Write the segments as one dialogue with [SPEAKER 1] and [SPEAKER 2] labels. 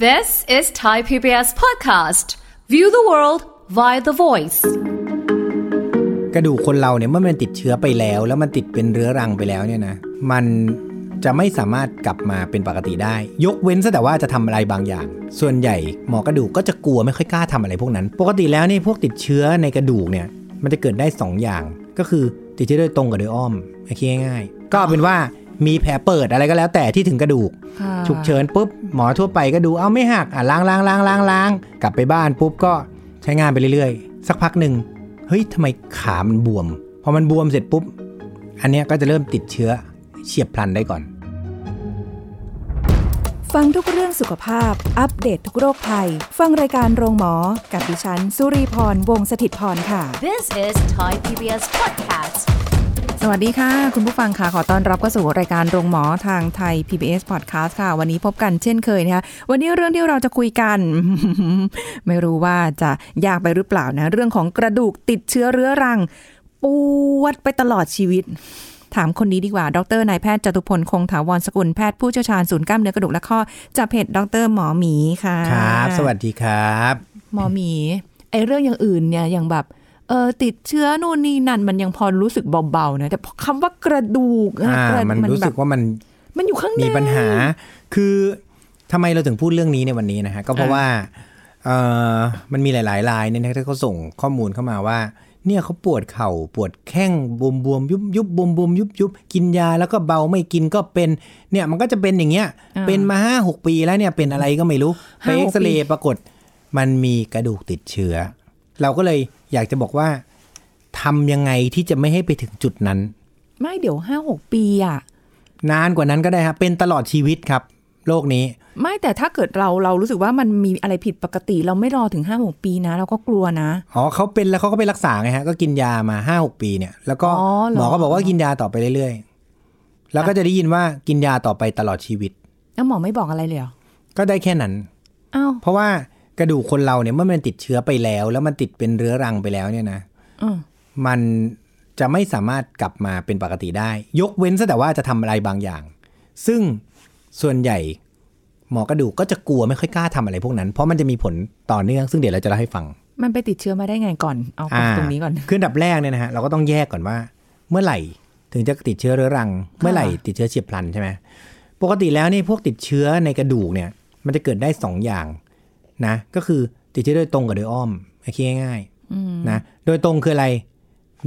[SPEAKER 1] This is Thai PBS podcast. View the world via the voice.
[SPEAKER 2] กระดูกคนเราเนี่ยเมื่อมันติดเชื้อไปแล้ว แล้วมันติดเป็นเรื้อรังไปแล้วเนี่ยนะมันจะไม่สามารถกลับมาเป็นปกติได้ ยกเว้นซะแต่ว่าจะทำอะไรบางอย่าง ส่วนใหญ่หมอกระดูกก็จะกลัวไม่ค่อยกล้าทำอะไรพวกนั้น ปกติแล้วนี่พวกติดเชื้อในกระดูกเนี่ยมันจะเกิดได้สองอย่าง ก็คือติดเชื้อโดยตรงกับโดยอ้อมคิดง่ายๆ ก็เอาเป็นว่ามีแผลเปิดอะไรก็แล้วแต่ที่ถึงกระดูก ฉุกเฉินปุ๊บหมอทั่วไปก็ดูเอาไม่หักอ่ะล้างล้างล้างล้างล้างกลับไปบ้านปุ๊บก็ใช้งานไปเรื่อยๆ สักพักหนึ่งเฮ้ยทำไมขามันบวม พอมันบวมเสร็จปุ๊บ อันเนี้ยก็จะเริ่มติดเชื้อเฉียบพลันได้ก่อน
[SPEAKER 3] ฟังทุกเรื่องสุขภาพ อัปเดตททุกโรคภัย ฟังรายการโรงหมอ กับดิฉัน สุรีพร วงศิตพรค่ะ
[SPEAKER 1] This is Thai PBS podcast.
[SPEAKER 3] สวัสดีค่ะ คุณผู้ฟังค่ะ ขอต้อนรับเข้าสู่รายการโรงหมอทางไทย PBS Podcast ค่ะ วันนี้พบกันเช่นเคยนะคะ วันนี้เรื่องที่เราจะคุยกัน ไม่รู้ว่าจะยากไปหรือเปล่านะ เรื่องของกระดูกติดเชื้อเรื้อรัง ปวดไปตลอดชีวิต ถามคนนี้ดีกว่า ดรนายแพทย์จตุพล คงถาวรสกุล แพทย์ผู้เชี่ยวชาญศูนย์กล้ามเนื้อกระดูกและข้อจากเพจดรหมอหมีค่ะ
[SPEAKER 2] ครับ สวัสดีครับ
[SPEAKER 3] หมอหมี ไอเรื่องอย่างอื่นเนี่ยอย่างแบบ เออติดเชื้อนู่นนี่นั่นมันยังพอรู้สึกเบาๆนะแต่พอคำว่ากระดูกอะ
[SPEAKER 2] อ่า
[SPEAKER 3] กะ
[SPEAKER 2] มันรู้สึก
[SPEAKER 3] แบบ
[SPEAKER 2] ว่ามัน
[SPEAKER 3] มันอยู่ข้างใน
[SPEAKER 2] มีปัญหา คือทำไมเราถึงพูดเรื่องนี้ในวันนี้นะฮะ ก็เพราะ
[SPEAKER 3] อ่า
[SPEAKER 2] ว่าเออมันมีหลายๆรายเนี่ยนะที่เขาส่งข้อมูลเข้ามาว่า เนี่ยเขาปวดเข่าปวดแข้งบวมบวมยุบยุบบวมบวมยุบยุบกินยาแล้วก็เบาไม่กินก็เป็น เนี่ยมันก็จะเป็นอย่างเงี้ย เป็นมาห้าหกปีแล้วเนี่ยเป็นอะไรก็ไม่รู้ ไป
[SPEAKER 3] ห้าหกปี
[SPEAKER 2] เอ็กซเรย์ปรากฏ มันมีกระดูกติดเชื้อ เราก็เลยอยากจะบอกว่าทำยังไงที่จะไม่ให้ไปถึงจุดนั้น
[SPEAKER 3] ไม่เดี๋ยวห้าหกปีอ่ะ
[SPEAKER 2] นานกว่านั้นก็ได้ครับเป็นตลอดชีวิตครับโรคนี้
[SPEAKER 3] ไม่แต่ถ้าเกิดเราเรารู้สึกว่ามันมีอะไรผิดปกติ เราไม่รอถึงห้าหกปีนะ เราก็กลัวนะ
[SPEAKER 2] อ๋อเขาเป็นแล้วเขาก็ไปรักษาไงฮะ ก็กินยามาห้าหกปีเนี่ย แล้วก็
[SPEAKER 3] อ๋อเหร
[SPEAKER 2] ห
[SPEAKER 3] อ
[SPEAKER 2] มอก็บอกว่ากินยาต่อไปเรื่อยๆ แล้วก็จะได้ยินว่ากินยาต่อไปตลอดชีวิต
[SPEAKER 3] แล้วหมอไม่บอกอะไรเลยเหรอ
[SPEAKER 2] ก็ได้แค่นั้น
[SPEAKER 3] อ้าว
[SPEAKER 2] เพราะว่ากระดูกคนเราเนี่ยเมื่อมันติดเชื้อไปแล้ว แล้วมันติดเป็นเรื้อรังไปแล้วเนี่ยนะ
[SPEAKER 3] อืม
[SPEAKER 2] มันจะไม่สามารถกลับมาเป็นปกติได้ ยกเว้นซะแต่ว่าจะทำอะไรบางอย่าง ซึ่งส่วนใหญ่หมอกระดูกก็จะกลัวไม่ค่อยกล้าทำอะไรพวกนั้น เพราะมันจะมีผลต่อเนื่องซึ่งเดี๋ยวเราจะเล่าให้ฟัง
[SPEAKER 3] มันไปติดเชื้อมาได้ไงก่อนเอา
[SPEAKER 2] อ่า
[SPEAKER 3] ตรงนี้ก่อน
[SPEAKER 2] คืออันดับแรกเนี่ยนะฮะเราก็ต้องแยกก่อนว่า เมื่อไหร่ถึงจะติดเชื้อเรื้อรัง เมื่อไหร่ติดเชื้อเฉียบพลันใช่ไหมปกติแล้วนี่พวกติดเชื้อในกระดูกเนี่ย มันจะเกิดได้สองอย่างนะ ก็คือติดเชื้อโดยตรงกับโดยอ้อมคิดง่ายๆนะโดยตรงคืออะไร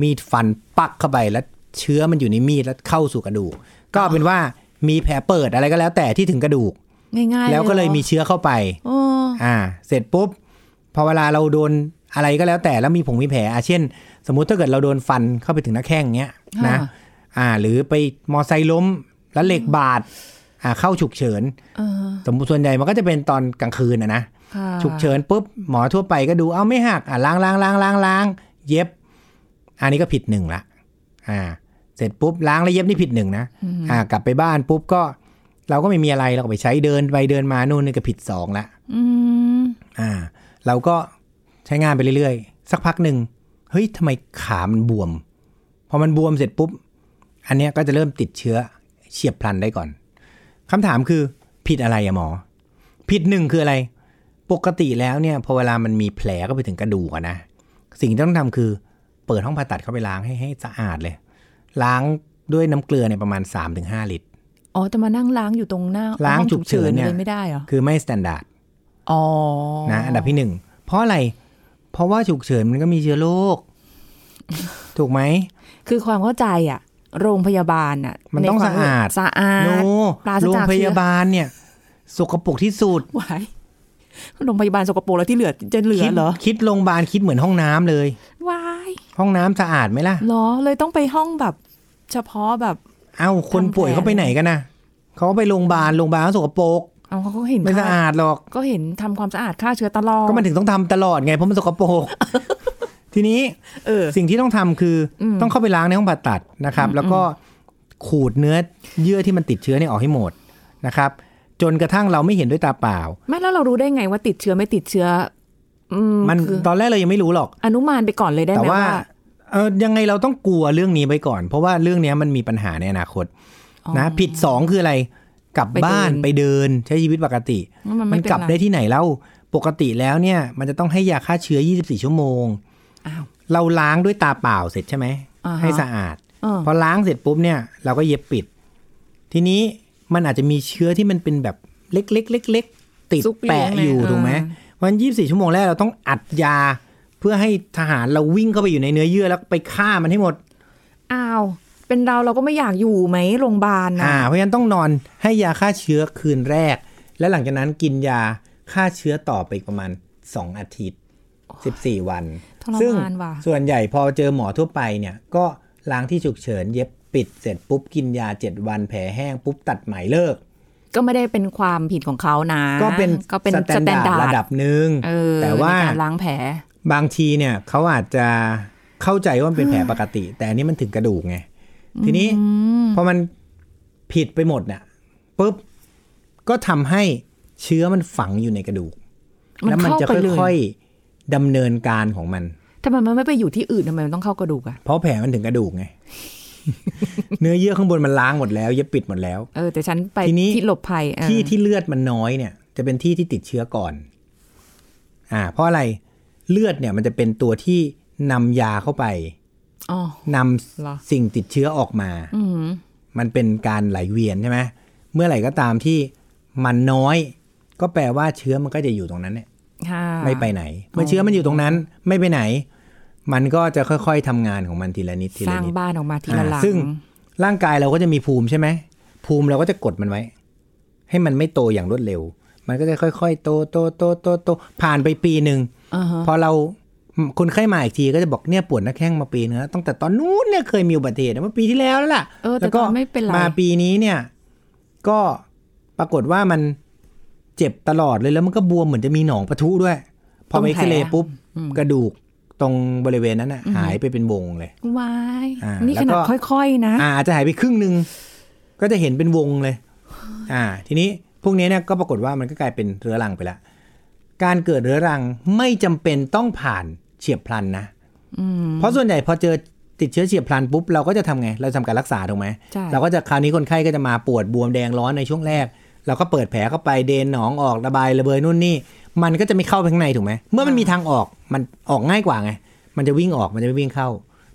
[SPEAKER 2] มีดฟันปักเข้าไปแล้วเชื้อมันอยู่ในมีดแล้วเข้าสู่กระดูก ก็เอาเป็นว่ามีแผลเปิดอะไรก็แล้วแต่ที่ถึงกระดูก
[SPEAKER 3] ง่ายๆ
[SPEAKER 2] แล้วก็เลยมีเชื้อเข้าไป
[SPEAKER 3] โอ้
[SPEAKER 2] อ่า เสร็จปุ๊บ พอเวลาเราโดนอะไรก็แล้วแต่แล้วมีผงมีแผลอ่ะเช่น สมมุติถ้าเกิดเราโดนฟันเข้าไปถึงหน้าแข้งเงี้ยนะ อ่า หรือไปมอไซค์ล้มแล้วเหล็กบาด อ่า เข้าฉุกเฉิน
[SPEAKER 3] เออ
[SPEAKER 2] สมมติส่วนใหญ่มันก็จะเป็นตอนกลางคืนอะนะ
[SPEAKER 3] ค่ะ
[SPEAKER 2] ฉุกเฉินปุ๊บ หมอทั่วไปก็ดู เอ้าไม่หัก อ่ะล้างล้างล้างล้างล้างเย็บ อันนี้ก็ผิดหนึ่งละ อ่า เสร็จปุ๊บล้างแล้วเย็บนี่ผิดหนึ่งนะ อ่า กลับไปบ้านปุ๊บก็ เราก็ไม่มีอะไรเราก็ไปใช้เดินไปเดินมานู่นนี่ก็ผิดสองละ
[SPEAKER 3] อืม
[SPEAKER 2] อ่าเราก็ใช้งานไปเรื่อยๆ สักพักหนึ่งเฮ้ยทำไมขามันบวม พอมันบวมเสร็จปุ๊บ อันเนี้ยก็จะเริ่มติดเชื้อเฉียบพลันได้ก่อนคำถามคือผิดอะไรอะหมอ ผิดหนึ่งคืออะไร ปกติแล้วเนี่ยพอเวลามันมีแผลก็ไปถึงกระดูกอะนะ สิ่งที่ต้องทำคือ เปิดห้องผ่าตัดเข้าไปล้างให้ให้สะอาดเลย ล้างด้วยน้ำเกลือเนี่ยประมาณ 3-5 ลิตร
[SPEAKER 3] อ๋อจะมานั่งล้างอยู่ตรงหน้า
[SPEAKER 2] ล้าง
[SPEAKER 3] ห้อ
[SPEAKER 2] ฉุกเฉินเนี่ย
[SPEAKER 3] เลยไม่ได้เหรอ
[SPEAKER 2] คือไม่สแตนดาร์ด
[SPEAKER 3] อ๋อ
[SPEAKER 2] นะอันดับที่หนึ่งเพราะอะไร เพราะว่าฉุกเฉินมันก็มีเชื้อโร คถูกไหม
[SPEAKER 3] คือความเข้าใจอะโรงพยาบาลอะ
[SPEAKER 2] มันต้อง
[SPEAKER 3] ใคว
[SPEAKER 2] สะอาด
[SPEAKER 3] สะอาด
[SPEAKER 2] โน
[SPEAKER 3] ปราศจากเชื้อ
[SPEAKER 2] โรงพยาบาลเนี่ยสกปรกที่สุด
[SPEAKER 3] ไว้โรงพยาบาลสกปรกแล้วที่เหลือจะเหลือ
[SPEAKER 2] คิด
[SPEAKER 3] เหรอ
[SPEAKER 2] คิดโรงพยาบาลคิดเหมือนห้องน้ำเลย
[SPEAKER 3] วาย
[SPEAKER 2] ห้องน้ำสะอาดไหมล่ะ
[SPEAKER 3] เหรอเลยต้องไปห้องแบบ เฉพาะแบบ
[SPEAKER 2] เอ้า คนป่วยเขาไปไหนกันนะเขาไปโรงพยาบาลโรงพยาบาลก็สกปรก
[SPEAKER 3] เอาเขาก็เห็น
[SPEAKER 2] ไม่สะ
[SPEAKER 3] ฆ่
[SPEAKER 2] อาดหรอก
[SPEAKER 3] ก็เห็นทำความสะอาดฆ่าเชื้อตลอด
[SPEAKER 2] ก็มันถึงต้องทำตลอดไงเพราะมันสกป รก ทีนี้
[SPEAKER 3] เออ
[SPEAKER 2] สิ่งที่ต้องทำคืออต้องเข้าไปล้างในห้องผ่าตัดนะครับ แล้วก็ขูดเนื้อเยื่อที่มันติดเชื้อเนี่ยออกให้หมดนะครับ จนกระทั่งเราไม่เห็นด้วยตาเปล่า
[SPEAKER 3] ไม่แล้วเรารู้ได้ไงว่าติดเชื้อไม่ติดเชื้อ อืม
[SPEAKER 2] มัน
[SPEAKER 3] คือ
[SPEAKER 2] ตอนแรกเรายังไม่รู้หรอก
[SPEAKER 3] อนุมานไปก่อนเลยได้
[SPEAKER 2] แต่
[SPEAKER 3] ไหม
[SPEAKER 2] ว่า
[SPEAKER 3] ว่า
[SPEAKER 2] เออยังไงเราต้องกลัวเรื่องนี้ไปก่อน เพราะว่าเรื่องเนี้ยมันมีปัญหาในอนาคตนะผิดสองคืออะไร กลับบ้านไปเดินใช้ชีวิตปกติ
[SPEAKER 3] มัน
[SPEAKER 2] มัน
[SPEAKER 3] ไม่เป็น
[SPEAKER 2] กลับ
[SPEAKER 3] ไร
[SPEAKER 2] ได้ที่ไหนเล่าปกติแล้วเนี่ย มันจะต้องให้ยาฆ่าเชื้อ 24 ชั่วโมง
[SPEAKER 3] อ้าว
[SPEAKER 2] เราล้างด้วยตาเปล่าเสร็จใช่ไหม
[SPEAKER 3] อ่าฮะ
[SPEAKER 2] ให้สะอาด
[SPEAKER 3] เออ
[SPEAKER 2] พอล้างเสร็จปุ๊บเนี่ย เราก็เย็บปิด ทีนี้มันอาจจะมีเชื้อที่มันเป็นแบบเล็กๆเล็กๆติด
[SPEAKER 3] ซุกอยู่
[SPEAKER 2] แปะอยู่
[SPEAKER 3] ข้างใน
[SPEAKER 2] ถูกไหม
[SPEAKER 3] อ่
[SPEAKER 2] วัน 24 ชั่วโมงแรกเราต้องอัดยา เพื่อให้ทหารเราวิ่งเข้าไปอยู่ในเนื้อเยื่อแล้วไปฆ่ามันให้หมด
[SPEAKER 3] อ้าว เป็นเราเราก็ไม่อยากอยู่ไหมโรงพยาบาลนะ
[SPEAKER 2] อ่าเพราะฉะนั้นต้องนอนให้ยาฆ่าเชื้อคืนแรก และหลังจากนั้นกินยาฆ่าเชื้อต่อไปอีกประมาณ 2 อาทิตย์ 14 วัน
[SPEAKER 3] ทร
[SPEAKER 2] ซึ่ง
[SPEAKER 3] มานว่ะ
[SPEAKER 2] ส่วนใหญ่พอเจอหมอทั่วไปเนี่ย ก็ล้างที่ฉุกเฉินเย็บปิดเสร็จปุ๊บกินยา 7 วันแผลแห้งปุ๊บตัดไหมเลิก
[SPEAKER 3] ก็ไม่ได้เป็นความผิดของเขานะ
[SPEAKER 2] ก็เป็น
[SPEAKER 3] ก็เป็น
[SPEAKER 2] สแตนดาร์ดระดับหนึ่ง
[SPEAKER 3] เออ
[SPEAKER 2] แต่ว่า
[SPEAKER 3] ในการล้างแผล
[SPEAKER 2] บางทีเนี่ยเขาอาจจะเข้าใจว่ามันเป็นแผลปกติ แต่อันนี้มันถึงกระดูกไงทีนี้
[SPEAKER 3] อืม
[SPEAKER 2] พอมันผิดไปหมดเนี่ยปุ๊บก็ทำให้เชื้อมันฝังอยู่ในกระดูก
[SPEAKER 3] มัน
[SPEAKER 2] แล้วมัจะ
[SPEAKER 3] เข้าไปเลย
[SPEAKER 2] ค่อยๆดำเนินการของมัน
[SPEAKER 3] ทำไมมันไม่ไปอยู่ที่อื่นทำไมมันต้องเข้ากระดูกอะ
[SPEAKER 2] เพราะแผลมันถึงกระดู กไง เนื้อเยื่อข้างบนมันล้างหมดแล้วเย็บปิดหมดแล้ว
[SPEAKER 3] เออแต่ฉันไป
[SPEAKER 2] ทีนี้
[SPEAKER 3] ที่หลบภัยเออ
[SPEAKER 2] ที่ที่เลือดมันน้อยเนี่ย จะเป็นที่ที่ติดเชื้อก่อน อ่า เพราะอะไรเลือดเนี่ยมันจะเป็นตัวที่นำยาเข้าไป
[SPEAKER 3] อ๋อ
[SPEAKER 2] นำ
[SPEAKER 3] เหรอ
[SPEAKER 2] สิ่งติดเชื้อออกมา
[SPEAKER 3] อืม
[SPEAKER 2] มันเป็นการไหลเวียนใช่ไหมเมื่อไหร่ก็ตามที่มันน้อย ก็แปลว่าเชื้อมันก็จะอยู่ตรงนั้นเนี่ย
[SPEAKER 3] ค่ะ
[SPEAKER 2] ไม่ไปไหน เมื่อเชื้อมันอยู่ตรงนั้นไม่ไปไหน มันก็จะค่อยๆทำงานของมันทีละนิดที
[SPEAKER 3] ส
[SPEAKER 2] ละ
[SPEAKER 3] ร้าง
[SPEAKER 2] นิด
[SPEAKER 3] บ้านออกมาทีละหลั
[SPEAKER 2] อ่าง ซึ่ง ร่างกายเราก็จะมีภูมิใช่ไหมภูมิเราก็จะกดมันไว้ ให้มันไม่โตอย่างรวดเร็ว มันก็จะค่อยๆ โตโตโตโตโตผ่านไปปีหนึ่ง
[SPEAKER 3] อ่าฮะ
[SPEAKER 2] พอเราคนไข้มาอีกทีก็จะบอกเนี่ยปวดหน้าแข้งมาปีนึงแล้วตั้งแต่ตอนนู้นเนี่ยเคยมีอุบัติเหตุเมื่อปีที่แล้วแล้วล่ะ
[SPEAKER 3] เออแต่
[SPEAKER 2] แล้ว
[SPEAKER 3] ก็
[SPEAKER 2] ก็
[SPEAKER 3] ไม่เป็นไร
[SPEAKER 2] มาปีนี้เนี่ย ก็ปรากฏว่ามันเจ็บตลอดเลยแล้วมันก็บวมเหมือนจะมีหนองปะทุด้วย พอไปเอ็กซเรย์ปุ๊บกระดูกตรงบริเวณนั้นน่ะ หายไปเป็นวงเลย
[SPEAKER 3] วาย
[SPEAKER 2] อ่า
[SPEAKER 3] นี่ขนาด
[SPEAKER 2] แล้วก็
[SPEAKER 3] ค่อยๆนะ
[SPEAKER 2] อ่าอาจจะหายไปครึ่งหนึ่งก็จะเห็นเป็นวงเลย อ่า ทีนี้พวกนี้เนี่ยก็ปรากฏว่ามันก็กลายเป็นเรื้อรังไปละการเกิดเรื้อรังไม่จำเป็นต้องผ่านเฉียบพลันนะเพราะส่วนใหญ่พอเจอติดเชื้อเฉียบพลันปุ๊บเราก็จะทำไง เราทำการรักษาถูกไหม
[SPEAKER 3] ใช่
[SPEAKER 2] เราก็จะคราวนี้คนไข้ก็จะมาปวดบวมแดงร้อนในช่วงแรก เราก็เปิดแผลเข้าไปเดนหนองออกระบายระเบยนู่นนี่ มันก็จะไม่เข้าไปข้างในถูกไหมเมื่อมันมีทางออกมันออกง่ายกว่าไง มันจะวิ่งออกมันจะไม่วิ่งเข้า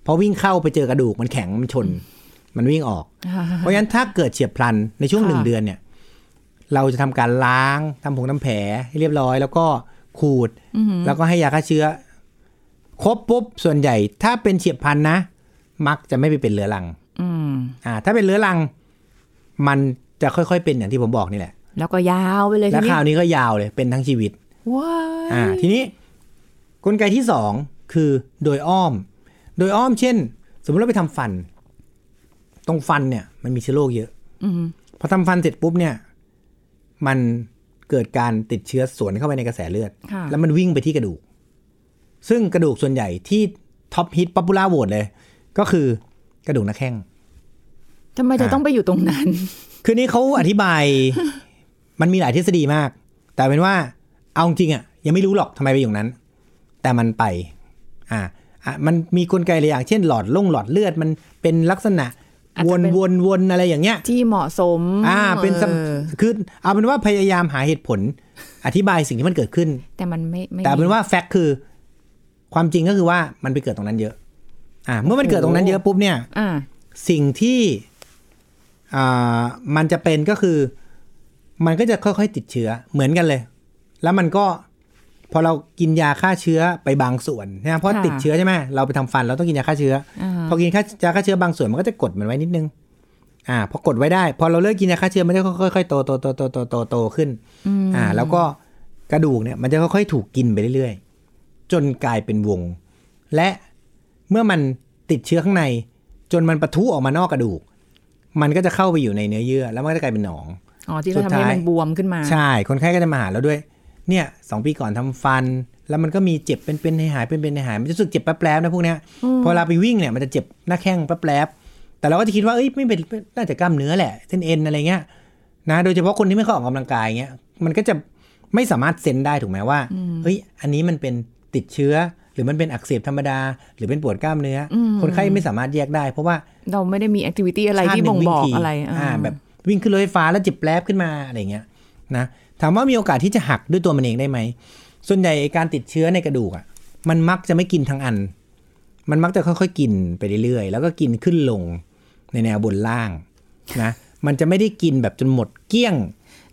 [SPEAKER 2] พอวิ่งเข้าไปเจอกระดูกมันแข็งมันชน มันวิ่งออก เพราะฉะนั้นถ้าเกิดเฉียบพลันในช่วง
[SPEAKER 3] ค่ะ
[SPEAKER 2] หนึ่งเดือนเนี่ย เราจะทำการล้างทำผงทำแผลให้เรียบร้อย แล้วก็ขูด แล้วก็ให้ยาฆ่าเชื้อ ครบปุ๊บส่วนใหญ่ถ้าเป็นเฉียบพลันนะ มักจะไม่ไปเป็นเรื้อรัง
[SPEAKER 3] อืม
[SPEAKER 2] อ่า ถ้าเป็นเรื้อรัง มันจะค่อยๆเป็นอย่างที่ผมบอกนี่แหละ
[SPEAKER 3] แล้วก็ยาวไปเลย
[SPEAKER 2] และค
[SPEAKER 3] ทีนี้
[SPEAKER 2] ราวนี้ก็ยาวเลยเป็นทั้งชีวิต
[SPEAKER 3] ว้า
[SPEAKER 2] อ่าย ทีนี้กลไกที่สองคือโดยอ้อม โดยอ้อมเช่น สมมติเราไปทำฟัน ตรงฟันเนี่ย มันมีเชื้อโรคเยอะ
[SPEAKER 3] อืม
[SPEAKER 2] พอทำฟันเสร็จปุ๊บเนี่ย มันเกิดการติดเชื้อสวนเข้าไปในกระแสเลือด
[SPEAKER 3] ค่ะ
[SPEAKER 2] แล้วมันวิ่งไปที่กระดูก ซึ่งกระดูกส่วนใหญ่ที่ท็อปฮิตป๊อปปูล่าโหวตเลย ก็คือกระดูกหน้าแข้ง
[SPEAKER 3] ทำไมจะ
[SPEAKER 2] อ่า
[SPEAKER 3] ต้องไปอยู่ตรงนั้น
[SPEAKER 2] คือนี่เขาอธิบาย มันมีหลายทฤษฎีมาก แต่เป็นว่าเอาจริงอ่ะ ยังไม่รู้หรอกทำไมไปอย่างนั้น แต่มันไป อ่าอ่ะมันมีกลไกหลายอย่างเช่นหลอดลงหลอดเลือดมันเป็นลักษณะ
[SPEAKER 3] อาจ
[SPEAKER 2] ว
[SPEAKER 3] จะ
[SPEAKER 2] น
[SPEAKER 3] เป็น
[SPEAKER 2] วนวนอะไรอย่างเงี้ย
[SPEAKER 3] ที่เหมาะสม
[SPEAKER 2] อ่า เป็นสำ
[SPEAKER 3] ออ
[SPEAKER 2] คือเอาเป็นว่าพยายามหาเหตุผล อธิบายสิ่งที่มันเกิดขึ้น
[SPEAKER 3] แต่มันไม่ไม่
[SPEAKER 2] แต่เอาเป็นว่าแฟกต์คือ ความจริงก็คือว่ามันไปเกิดตรงนั้นเยอะ อ่า เมื่อมันเกิดตรงนั้นเยอะปุ๊บเนี่ย
[SPEAKER 3] อ่า
[SPEAKER 2] สิ่งที่อ่ามันจะเป็นก็คือ มันก็จะค่อยๆติดเชื้อเหมือนกันเลย แล้วมันก็พอเรากินยาฆ่าเชื้อไปบางส่วนนะเพราะติดเชื้อใช่ไหมเราไปทำฟันเราต้องกินยาฆ่าเชื้อ
[SPEAKER 3] อ่า
[SPEAKER 2] พอกินค่ายาฆ่าเชื้อบางส่วนมันก็จะกดมันไว้นิดนึง อ่า พอกดไว้ได้ พอเราเลิกกินยาฆ่าเชื้อมันจะค่อยๆโตโตโตโตโตโตโตขึ้น อ่า แล้วก็กระดูกเนี่ย มันจะค่อยๆถูกกินไปเรื่อยๆ จนกลายเป็นวง และเมื่อมันติดเชื้อข้างใน จนมันปะทุออกมานอกกระดูก มันก็จะเข้าไปอยู่ในเนื้อเยื่อ แล้วมันก็จะกลายเป็นหนอง
[SPEAKER 3] อ๋อที่เรา
[SPEAKER 2] สุด
[SPEAKER 3] ทำให้
[SPEAKER 2] ท้าย
[SPEAKER 3] มันบวมขึ้นมา
[SPEAKER 2] ใช่ คนไข้ก็จะมาหาแล้วด้วย เนี่ยสองปีก่อนทำฟัน แล้วมันก็มีเจ็บเป็นเป็นหายหายเป็นเป็นหายหายมันจะรู้สึกเจ็บแป๊บๆนะพวกเนี้ย พอเวลาไปวิ่งเนี่ยมันจะเจ็บหน้าแข้งแป๊บๆแต่เราก็จะคิดว่าเอ้ยไม่เป็นน่าจะกล้ามเนื้อแหละเส้นเอ็นอะไรเงี้ยนะ โดยเฉพาะคนที่ไม่ค่อยออกกำลังกายเงี้ย มันก็จะไม่สามารถเซนได้ถูกไหมว่า เฮ้ย อันนี้มันเป็นติดเชื้อ หรือมันเป็นอักเสบธรรมดา หรือเป็นปวดกล้ามเนื้ออคนไข้ไม่สามารถแยกได้ เพราะว่า
[SPEAKER 3] เราไม่ได้มีแอคทิวิตี้อะไรที่บ่งบอก
[SPEAKER 2] ชาติหนึ่วิ่ที
[SPEAKER 3] อะไร
[SPEAKER 2] อ่าแบบ วิ่งขึ้นรถไฟฟ้าแล้วเจ็บแปลบขึ้นมาอะไรเงี้ยนะถามว่ามีโอกาสที่จะหักด้วยตัวมันเองได้ไหม ส่วนใหญ่การติดเชื้อในกระดูกอะ่ะ มันมักจะไม่กินทั้งอัน มันมักจะค่อยๆกินไปเรื่อยๆ แล้วก็กินขึ้นลงในแนวบนล่างนะ มันจะไม่ได้กินแบบจนหมดเกลี้ยง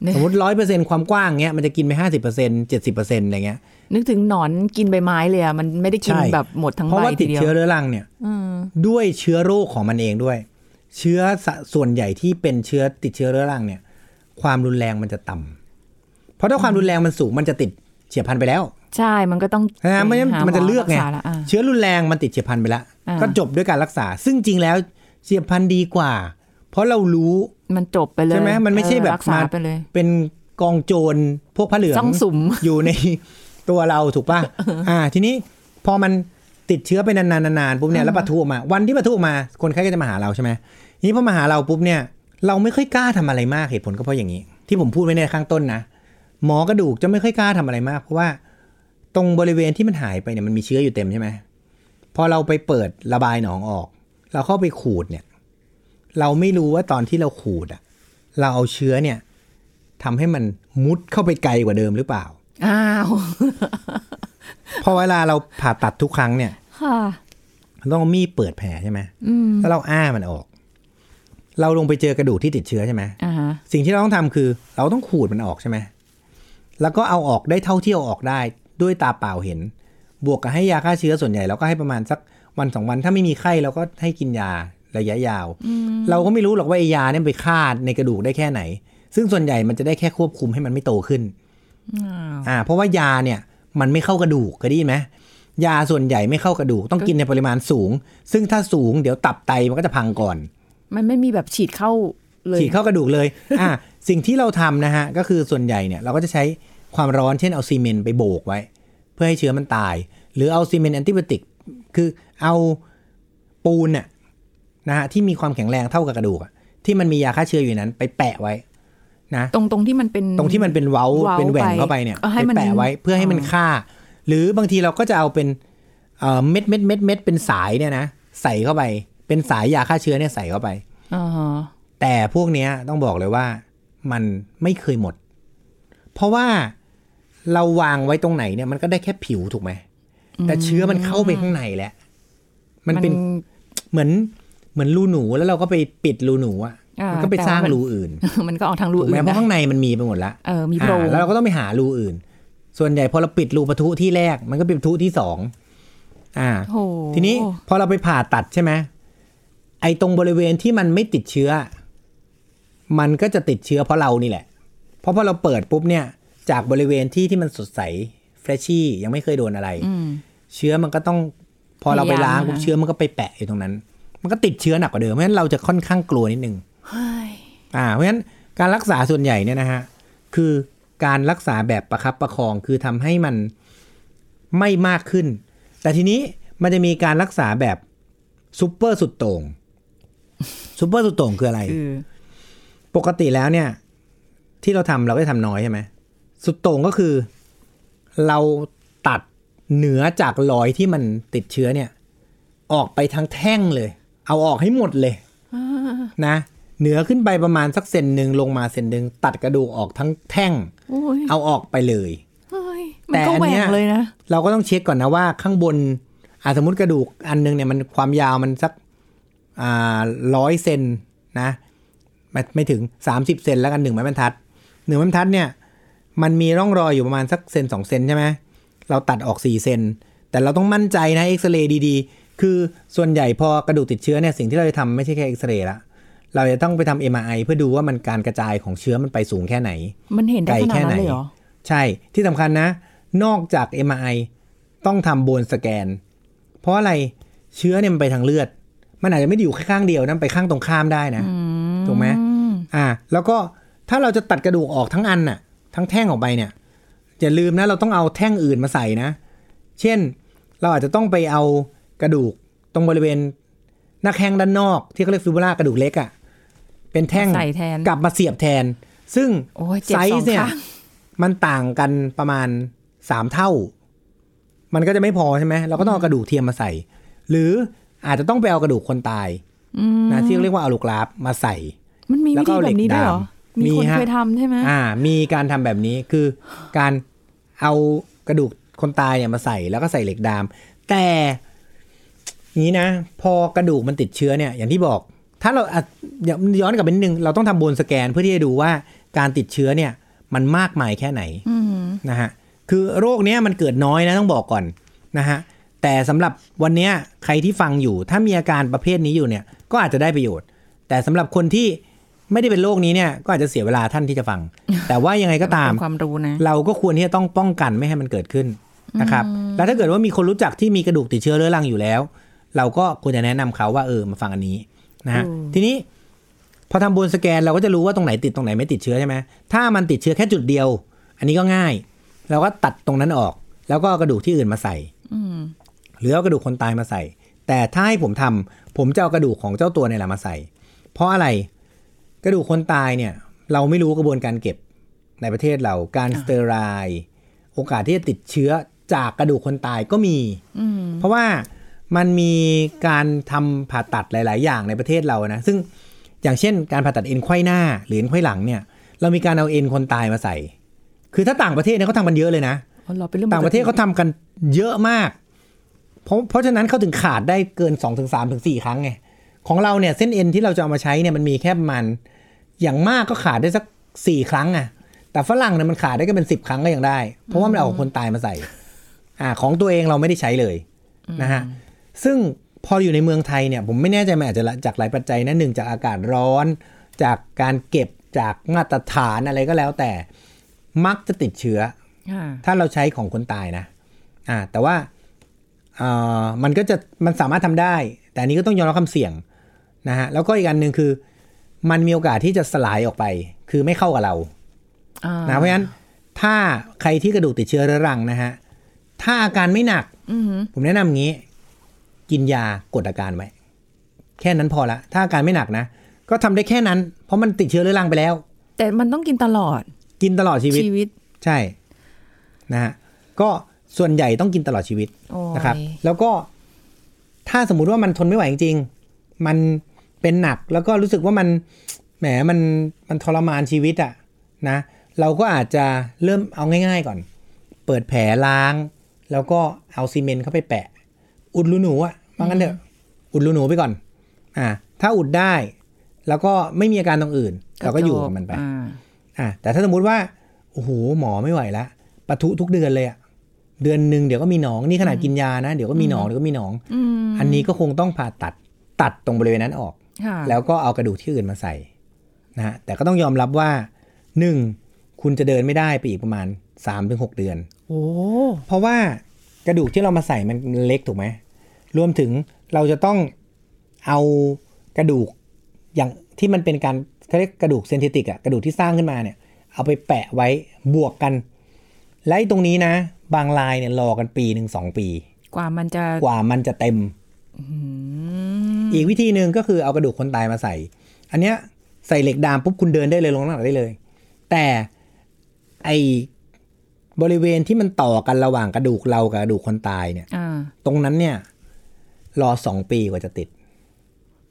[SPEAKER 3] เนี่ย
[SPEAKER 2] สมมติร้อยเปอร์เซ็นความกว้างเงี้ยมันจะกินไปห้าสิบเปอร์เซ็นเจ็ดสิบเปอร์เซ็นอะไรเงี้ย
[SPEAKER 3] นึกถึงหนอนกินใบไม้เลยอะมันไม่ได้กิน
[SPEAKER 2] ใช่
[SPEAKER 3] แบบหมดทั้ง
[SPEAKER 2] เพราะ
[SPEAKER 3] ใบ
[SPEAKER 2] ว่าติ
[SPEAKER 3] ที
[SPEAKER 2] ด
[SPEAKER 3] เดียว
[SPEAKER 2] เชื้อเรื้อรังเนี่ย
[SPEAKER 3] อืม
[SPEAKER 2] ด้วยเชื้อโรคของมันเองด้วย เชื้อสะส่วนใหญ่ที่เป็นเชื้อติดเชื้อเรื้อรังเนี่ย ความรุนแรงมันจะต่ำเพราะถ้าความรุนแรงมันสูงมันจะติดเฉียบพลันธุ์ไปแล้ว
[SPEAKER 3] ใช่ มันก็ต้อง
[SPEAKER 2] นะไม่งั้น
[SPEAKER 3] ปหา
[SPEAKER 2] มันจะเลือกไง
[SPEAKER 3] หมรัษาละอ่ะ
[SPEAKER 2] เชื้อรุนแรงมันติดเฉียบพลันธุ์ไปแล้ว
[SPEAKER 3] อ่า
[SPEAKER 2] ก็จบด้วยการรักษา ซึ่งจริงแล้วเฉียบพลันธุ์ดีกว่า เพราะเรารู้
[SPEAKER 3] มันจบไปเลย
[SPEAKER 2] ใช่ไหมมันไม่ใช่
[SPEAKER 3] เออ
[SPEAKER 2] แบบ
[SPEAKER 3] รักษา
[SPEAKER 2] มา
[SPEAKER 3] ไปเลย
[SPEAKER 2] เป็นกองโจรพวกผ้าเหลือง
[SPEAKER 3] ซ่องสุม
[SPEAKER 2] อยู่ใน ตัวเราถูกป่ะ อ่า ทีนี้พอมันติดเชื้อไปนานๆนานๆปุ๊บเนี่ยแล้วปะทุออกมา วันที่ปะทุออกมา คนไข้ก็จะมาหาเราใช่ไหมทีนี้พอมาหาเราปุ๊บเนี่ย เราไม่ค่อยกล้าทำอะไรมากเหตุผลก็เพราะอย่างนี้ ที่ผมพูดไว้ในข้างต้นนะหมอกระดูกจะไม่ค่อยกล้าทำอะไรมากเพราะว่า ตรงบริเวณที่มันหายไปเนี่ยมันมีเชื้ออยู่เต็มใช่ไหมพอเราไปเปิดระบายหนองออก เราเข้าไปขูดเนี่ย เราไม่รู้ว่าตอนที่เราขูดอะเราเอาเชื้อเนี่ยทำให้มันมุดเข้าไปไกลกว่าเดิมหรือเปล่า
[SPEAKER 3] อ้าว
[SPEAKER 2] พอเวลาเราผ่าตัดทุกครั้งเนี่ย
[SPEAKER 3] ค่ะ
[SPEAKER 2] มันต้องเอามีดเปิดแผลใช่ไหมแล้วเราอ้ามันออก เราลงไปเจอกระดูกที่ติดเชื้อใช่ไหม
[SPEAKER 3] อ่าฮะ
[SPEAKER 2] สิ่งที่เราต้องทำคือ เราต้องขูดมันออกใช่ไหมแล้วก็เอาออกได้เท่าที่เอาออกได้ ด้วยตาเปล่าเห็น บวกกับให้ยาฆ่าเชื้อส่วนใหญ่เราก็ให้ประมาณสักวันสองวัน ถ้าไม่มีไข้เราก็ให้กินยาระยะยาว เราก็ไม่รู้หรอกว่าไอยาเนี่ยมันไปฆ่าในกระดูกได้แค่ไหน ซึ่งส่วนใหญ่มันจะได้แค่ควบคุมให้มันไม่โตขึ้น
[SPEAKER 3] อ้าว
[SPEAKER 2] อ่าเพราะว่ายาเนี่ยมันไม่เข้ากระดูกเคยได้ยินไหมยาส่วนใหญ่ไม่เข้ากระดูกต้องกินในปริมาณสูง ซึ่งถ้าสูงเดี๋ยวตับไตมันก็จะพังก่อน
[SPEAKER 3] มันไม่มีแบบฉีดเข้าเลย
[SPEAKER 2] ฉีดเข้ากระดูกเลย อ่าสิ่งที่เราทำนะฮะ ก็คือส่วนใหญ่เนี่ยเราก็จะใช้ความร้อนเช่นเอาซีเมนต์ไปโบกไว้ เพื่อให้เชื้อมันตาย หรือเอาซีเมนต์แอนติบ o ติก คือเอาปูนน่ะนะฮะที่มีความแข็งแรงเท่ากับกระดูกอะที่มันมียาฆ่าเชื้ออยู่ในนั้น ไปแปะไว้นะ
[SPEAKER 3] ตรงตรงที่มันเป็น
[SPEAKER 2] ตรงที่มันเป็นเว้า
[SPEAKER 3] เว้า
[SPEAKER 2] เป็นแหว่งเข้าไปเนี่ย
[SPEAKER 3] ไปให้มัน
[SPEAKER 2] แปะไว้เพื่อให้มันฆ่า หรือบางทีเราก็จะเอาเป็นเอ่อเม็ดเม็ดเม็ดเม็ดเป็นสายเนี่ยนะใส่เข้าไป เป็นสายยาฆ่าเชื้อเนี่ยใส่เข้าไป
[SPEAKER 3] อ่าฮะ
[SPEAKER 2] แต่พวกเนี้ยต้องบอกเลยว่ามันไม่เคยหมด เพราะว่าเราวางไว้ตรงไหนเนี่ยมันก็ได้แค่ผิวถูกไหมแต่เชื้อมันเข้าไปข้างในแล้วมันเป็นเหมือนเหมือนรูหนูแล้วเราก็ไปปิดรูหนูอ่ะ
[SPEAKER 3] อ่า
[SPEAKER 2] มันก็ไป
[SPEAKER 3] แต่
[SPEAKER 2] สร้าง
[SPEAKER 3] ว่มัน
[SPEAKER 2] รูอื่น
[SPEAKER 3] มันก็ออกทางรู
[SPEAKER 2] ถูก
[SPEAKER 3] อื่
[SPEAKER 2] ไหม
[SPEAKER 3] น
[SPEAKER 2] เพราะ
[SPEAKER 3] นะ
[SPEAKER 2] ข้างในมันมีไปหมดแล้ว
[SPEAKER 3] เออมีโพรง
[SPEAKER 2] อ่าแล้วเราก็ต้องไปหารูอื่น ส่วนใหญ่พอเราปิดรูปะทุที่แรก มันก็เป็นปะทุที่สอง อ่า
[SPEAKER 3] โอ้โห
[SPEAKER 2] ทีนี้พอเราไปผ่าตัดใช่ไหมไอ้ตรงบริเวณที่มันไม่ติดเชื้อ มันก็จะติดเชื้อเพราะเรานี่แหละ เพราะพอเราเปิดปุ๊บเนี่ย จากบริเวณที่ที่มันสดใสเฟรชชี่ยังไม่เคยโดนอะไร
[SPEAKER 3] อืม
[SPEAKER 2] เชื้อมันก็ต้องพอเราไปล้าง
[SPEAKER 3] พยายาม
[SPEAKER 2] ปุ๊บ
[SPEAKER 3] นะ
[SPEAKER 2] เชื้อมันก็ไปแปะอยู่ตรงนั้น มันก็ติดเชื้อหนักกว่าเดิมเพราะฉะนั้นเราจะค่อนข้างกลัวนิดนึง
[SPEAKER 3] เฮ้ย
[SPEAKER 2] อ่าเพราะฉะนั้นการรักษาส่วนใหญ่เนี่ยนะฮะคือการรักษาแบบประครับประคองคือทำให้มันไม่มากขึ้น แต่ทีนี้มันจะมีการรักษาแบบซูเปอร์สุดโต่งซูเปอร์สุดโต่งคืออะไร
[SPEAKER 3] คือ
[SPEAKER 2] ปกติแล้วเนี่ย ที่เราทำเราก็จะทำน้อยใช่ไหมสุดโต่งก็คือ เราตัดเหนือจากรอยที่มันติดเชื้อเนี่ย ออกไปทั้งแท่งเลย เอาออกให้หมดเลย นะ เหนือขึ้นไปประมาณสักเซนหนึ่งลงมาเซนหนึ่งตัดกระดูกออกทั้งแท่ง
[SPEAKER 3] โอ้ย
[SPEAKER 2] เอาออกไปเลย
[SPEAKER 3] เฮ้ยมั
[SPEAKER 2] แต่
[SPEAKER 3] นก็
[SPEAKER 2] อัน
[SPEAKER 3] แหว
[SPEAKER 2] เนี้ย
[SPEAKER 3] กเลยนะ
[SPEAKER 2] เราก็ต้องเช็คก่อนนะว่าข้างบนอาสมมติกระดูกอันหนึงเนี่ยมันความยาวมันสักอ่าร้อยเซนนะไม่ไม่ถึง 30 เซนแล้วกันหนึ่งไม้บรรทัดหนึ่งไม้บรรทัดเนี่ยมันมีร่องรอยอยู่ประมาณสักเซนสองเซนใช่ไหมเราตัดออก 4 เซนแต่เราต้องมั่นใจนะเอ็กซเรย์ดีๆ คือส่วนใหญ่พอกระดูกติดเชื้อเนี่ยสิ่งที่เราจะทำไม่ใช่แค่เอ็กซเรย์ละเราจะต้องไปทำ MRI เพื่อดูว่ามันการกระจายของเชื้อมันไปสูงแค่ไหน
[SPEAKER 3] มันเห็นได้
[SPEAKER 2] ไกล
[SPEAKER 3] ขนาด
[SPEAKER 2] แค่
[SPEAKER 3] นั้
[SPEAKER 2] ไหน
[SPEAKER 3] นเลยเหรอ
[SPEAKER 2] ใช่ที่สำคัญนะ นอกจาก MRI ต้องทำโบนสแกน เพราะอะไรเชื้อเนี่ยมันไปทางเลือด มันอาจจะไม่ได้อยู่แค่ข้างเดียวนะมันไปข้างตรงข้ามได้นะถูกไหมอ่า แล้วก็ถ้าเราจะตัดกระดูกออกทั้งอันน่ะ ทั้งแท่งออกไปเนี่ยอย่าลืมนะเราต้องเอาแท่งอื่นมาใส่นะ เช่น เราอาจจะต้องไปเอากระดูกตรงบริเวณหน้าแข้งด้านนอก ที่เขาเรียกฟิบูล่ากระดูกเล็กอะ่ะเป็นแท่ง
[SPEAKER 3] ใส่แทน
[SPEAKER 2] กลับมาเสียบแทน ซึ่ง
[SPEAKER 3] โอ้ยเจ็บ
[SPEAKER 2] ไซ
[SPEAKER 3] สอง
[SPEAKER 2] ส์เนี่ย
[SPEAKER 3] ข้าง
[SPEAKER 2] มันต่างกันประมาณสามเท่า มันก็จะไม่พอใช่ไหมเราก็ต้องเอากระดูกเทียมมาใส่ หรืออาจจะต้องไปเอากระดูกคนตายนะที่เรียกว่าเอาลูกราฟมาใส่
[SPEAKER 3] มัน
[SPEAKER 2] แล้ว
[SPEAKER 3] มีิ
[SPEAKER 2] วก็
[SPEAKER 3] ธี
[SPEAKER 2] เอา
[SPEAKER 3] แบ
[SPEAKER 2] เหล็ก
[SPEAKER 3] บนี้ด้วยเหรอ
[SPEAKER 2] ดาม
[SPEAKER 3] มีคน
[SPEAKER 2] มีฮะ
[SPEAKER 3] เคยทำใช่ไหม
[SPEAKER 2] อ่า มีการทำแบบนี้คือการเอากระดูกคนตายเนี่ยมาใส่แล้วก็ใส่เหล็กดาม แต่อย่างนี้นะ พอกระดูกมันติดเชื้อเนี่ย อย่างที่บอก ถ้าเราอ่ะย้อนย้อนกลับไปนิดนึง เราต้องทำโบนสแกนเพื่อที่จะดูว่าการติดเชื้อเนี่ย มันมากมายแค่ไหน
[SPEAKER 3] อืม
[SPEAKER 2] นะฮะคือโรคเนี้ยมันเกิดน้อยนะต้องบอกก่อนนะฮะแต่สำหรับวันเนี้ยใครที่ฟังอยู่ ถ้ามีอาการประเภทนี้อยู่เนี่ยก็อาจจะได้ประโยชน์ แต่สำหรับคนที่ไม่ได้เป็นโรคนี้เนี่ยก็อาจจะเสียเวลาท่านที่จะฟัง แต่ว่ายังไงก็ตาม
[SPEAKER 3] เป็นความรู้นะ
[SPEAKER 2] เราก็ควรที่จะต้องป้องกันไม่ให้มันเกิดขึ้นนะครับแล้วถ้าเกิดว่ามีคนรู้จักที่มีกระดูกติดเชื้อเรื้อรังอยู่แล้ว เราก็ควรจะแนะนำเขาว่าเออมาฟังอันนี้นะฮะ
[SPEAKER 3] อืม
[SPEAKER 2] ทีนี้พอทำบนสแกนเราก็จะรู้ว่าตรงไหนติดตรงไหนไม่ติดเชื้อใช่ไหมถ้ามันติดเชื้อแค่จุดเดียว อันนี้ก็ง่าย เราก็ตัดตรงนั้นออก แล้วก็เอากระดูกที่อื่นมาใส่
[SPEAKER 3] อืม
[SPEAKER 2] หรือเอากระดูกคนตายมาใส่ แต่ถ้าให้ผมทำผมจะเอากระดูกของเจ้าตัวเนี่ยแหละมาใส่ เพราะอะไรกระดูกคนตายเนี่ย เราไม่รู้กระบวนการเก็บในประเทศเราการสเตอไรล์โอกาสที่จะติดเชื้อจากกระดูกคนตายก็มี
[SPEAKER 3] อืม
[SPEAKER 2] เพราะว่ามันมีการทำผ่าตัดหลาย ๆ อย่างในประเทศเรานะ ซึ่งอย่างเช่นการผ่าตัดเอ็นไขว้หน้า หรือเอ็นไขว้หลังเนี่ย เรามีการเอาเอ็นคนตายมาใส่ คือถ้าต่างประเทศเนี่ยเขาทำกันเยอะเลยนะ
[SPEAKER 3] อ๋อเหรอเป็นเรื่อง
[SPEAKER 2] ต่างประเทศเขาทำกันเยอะมาก เพราะเพราะฉะนั้นเขาถึงขาดได้เกิน 2-3ถึง3ถึง4ครั้งไง ของเราเนี่ยเส้นเอ็นที่เราจะเอามาใช้เนี่ยมันมีแค่ประมัน อย่างมากก็ขาดได้สัก 4 ครั้งอะแต่ฝรั่งเนี่ยมันขาดได้ก็เป็น 10 ครั้งก็ยังได้ เพราะว่ามันเอาของคนตายมาใส่ อ่า ของตัวเองเราไม่ได้ใช้เลยนะฮะ ซึ่งพออยู่ในเมืองไทยเนี่ย ผมไม่แน่ใจมันอาจจะจากหลายปัจจัยนะหนึ่งจากอากาศร้อน จากการเก็บจากมาตรฐานอะไรก็แล้วแต่ มักจะติดเชื้อ
[SPEAKER 3] ค่ะ
[SPEAKER 2] ถ้าเราใช้ของคนตายนะ อ่า แต่ว่าเอ่อมันก็จะมันสามารถทำได้ แต่อันนี้ก็ต้องยอมรับความเสี่ยงนะฮะ แล้วก็อีกอันหนึ่งคือ มันมีโอกาสที่จะสลายออกไป คือไม่เข้ากับเรา
[SPEAKER 3] อ่า
[SPEAKER 2] นะ เพราะฉะนั้นถ้าใครที่กระดูกติดเชื้อเรื้อรังนะฮะ ถ้าอาการไม่หนัก
[SPEAKER 3] อืม
[SPEAKER 2] ผมแนะนำอย่างนี้ กินยากดอาการไว้ แค่นั้นพอละ ถ้าอาการไม่หนักนะ ก็ทำได้แค่นั้น เพราะมันติดเชื้อเรื้อรังไปแล้ว
[SPEAKER 3] แต่มันต้องกินตลอด
[SPEAKER 2] กินตลอดชีวิต
[SPEAKER 3] ชีวิต
[SPEAKER 2] ใช่นะฮะก็ส่วนใหญ่ต้องกินตลอดชีวิต
[SPEAKER 3] โอ้ย
[SPEAKER 2] นะครับ แล้วก็ถ้าสมมุติว่ามันทนไม่ไหวจริงๆมันเป็นหนักแล้วก็รู้สึกว่ามันแหมมันมันทรมานชีวิตอะนะ เราก็อาจจะเริ่มเอาง่าย ๆก่อน เปิดแผลล้าง แล้วก็เอาซีเมนต์เข้าไปแปะ อุดรูหนูอะว่างั้นเถอะอุดรูหนูไปก่อน อ่า ถ้าอุดได้ แล้วก็ไม่มีอาการตรงอื่น เราก็อยู่กับมันไป
[SPEAKER 3] อ่า
[SPEAKER 2] อ่ะแต่ถ้าสมมติว่าโอ้โหหมอไม่ไหวละปะทุทุกเดือนเลยอะเดือนหนึ่งเดี๋ยวก็มีหนองนี่ขนาดกินยานะเดี๋ยวก็มีหนองเดี๋ยวก็มีหนอง
[SPEAKER 3] อืม
[SPEAKER 2] อันนี้ก็คงต้องผ่าตัดตัดตรงบริเวณนั้นออก
[SPEAKER 3] ค่ะ
[SPEAKER 2] แล้วก็เอากระดูกที่อื่นมาใส่นะฮะแต่ก็ต้องยอมรับว่าหนึ่งคุณจะเดินไม่ได้ไปอีกประมาณ 3-6 เดือน
[SPEAKER 3] โอ้
[SPEAKER 2] เพราะว่ากระดูกที่เรามาใส่มันเล็กถูกไหม รวมถึงเราจะต้องเอากระดูกอย่างที่มันเป็นการเขาเรียกกระดูกเซนติติกอะกระดูกที่สร้างขึ้นมาเนี่ย เอาไปแปะไว้บวกกัน และไอ้ตรงนี้นะ บางรายเนี่ยรอกันปีหนึ่งสองปี
[SPEAKER 3] กว่ามันจะ
[SPEAKER 2] กว่ามันจะเต็ม
[SPEAKER 3] อืม
[SPEAKER 2] อีกวิธีหนึ่งก็คือเอากระดูกคนตายมาใส่ อันเนี้ยใส่เหล็กดามปุ๊บคุณเดินได้เลยลงน้ำหนักได้เลย แต่ไอบริเวณที่มันต่อกันระหว่างกระดูกเรากับกระดูกคนตายเนี่ย
[SPEAKER 3] อ่า
[SPEAKER 2] ตรงนั้นเนี่ย รอสองปีกว่าจะติด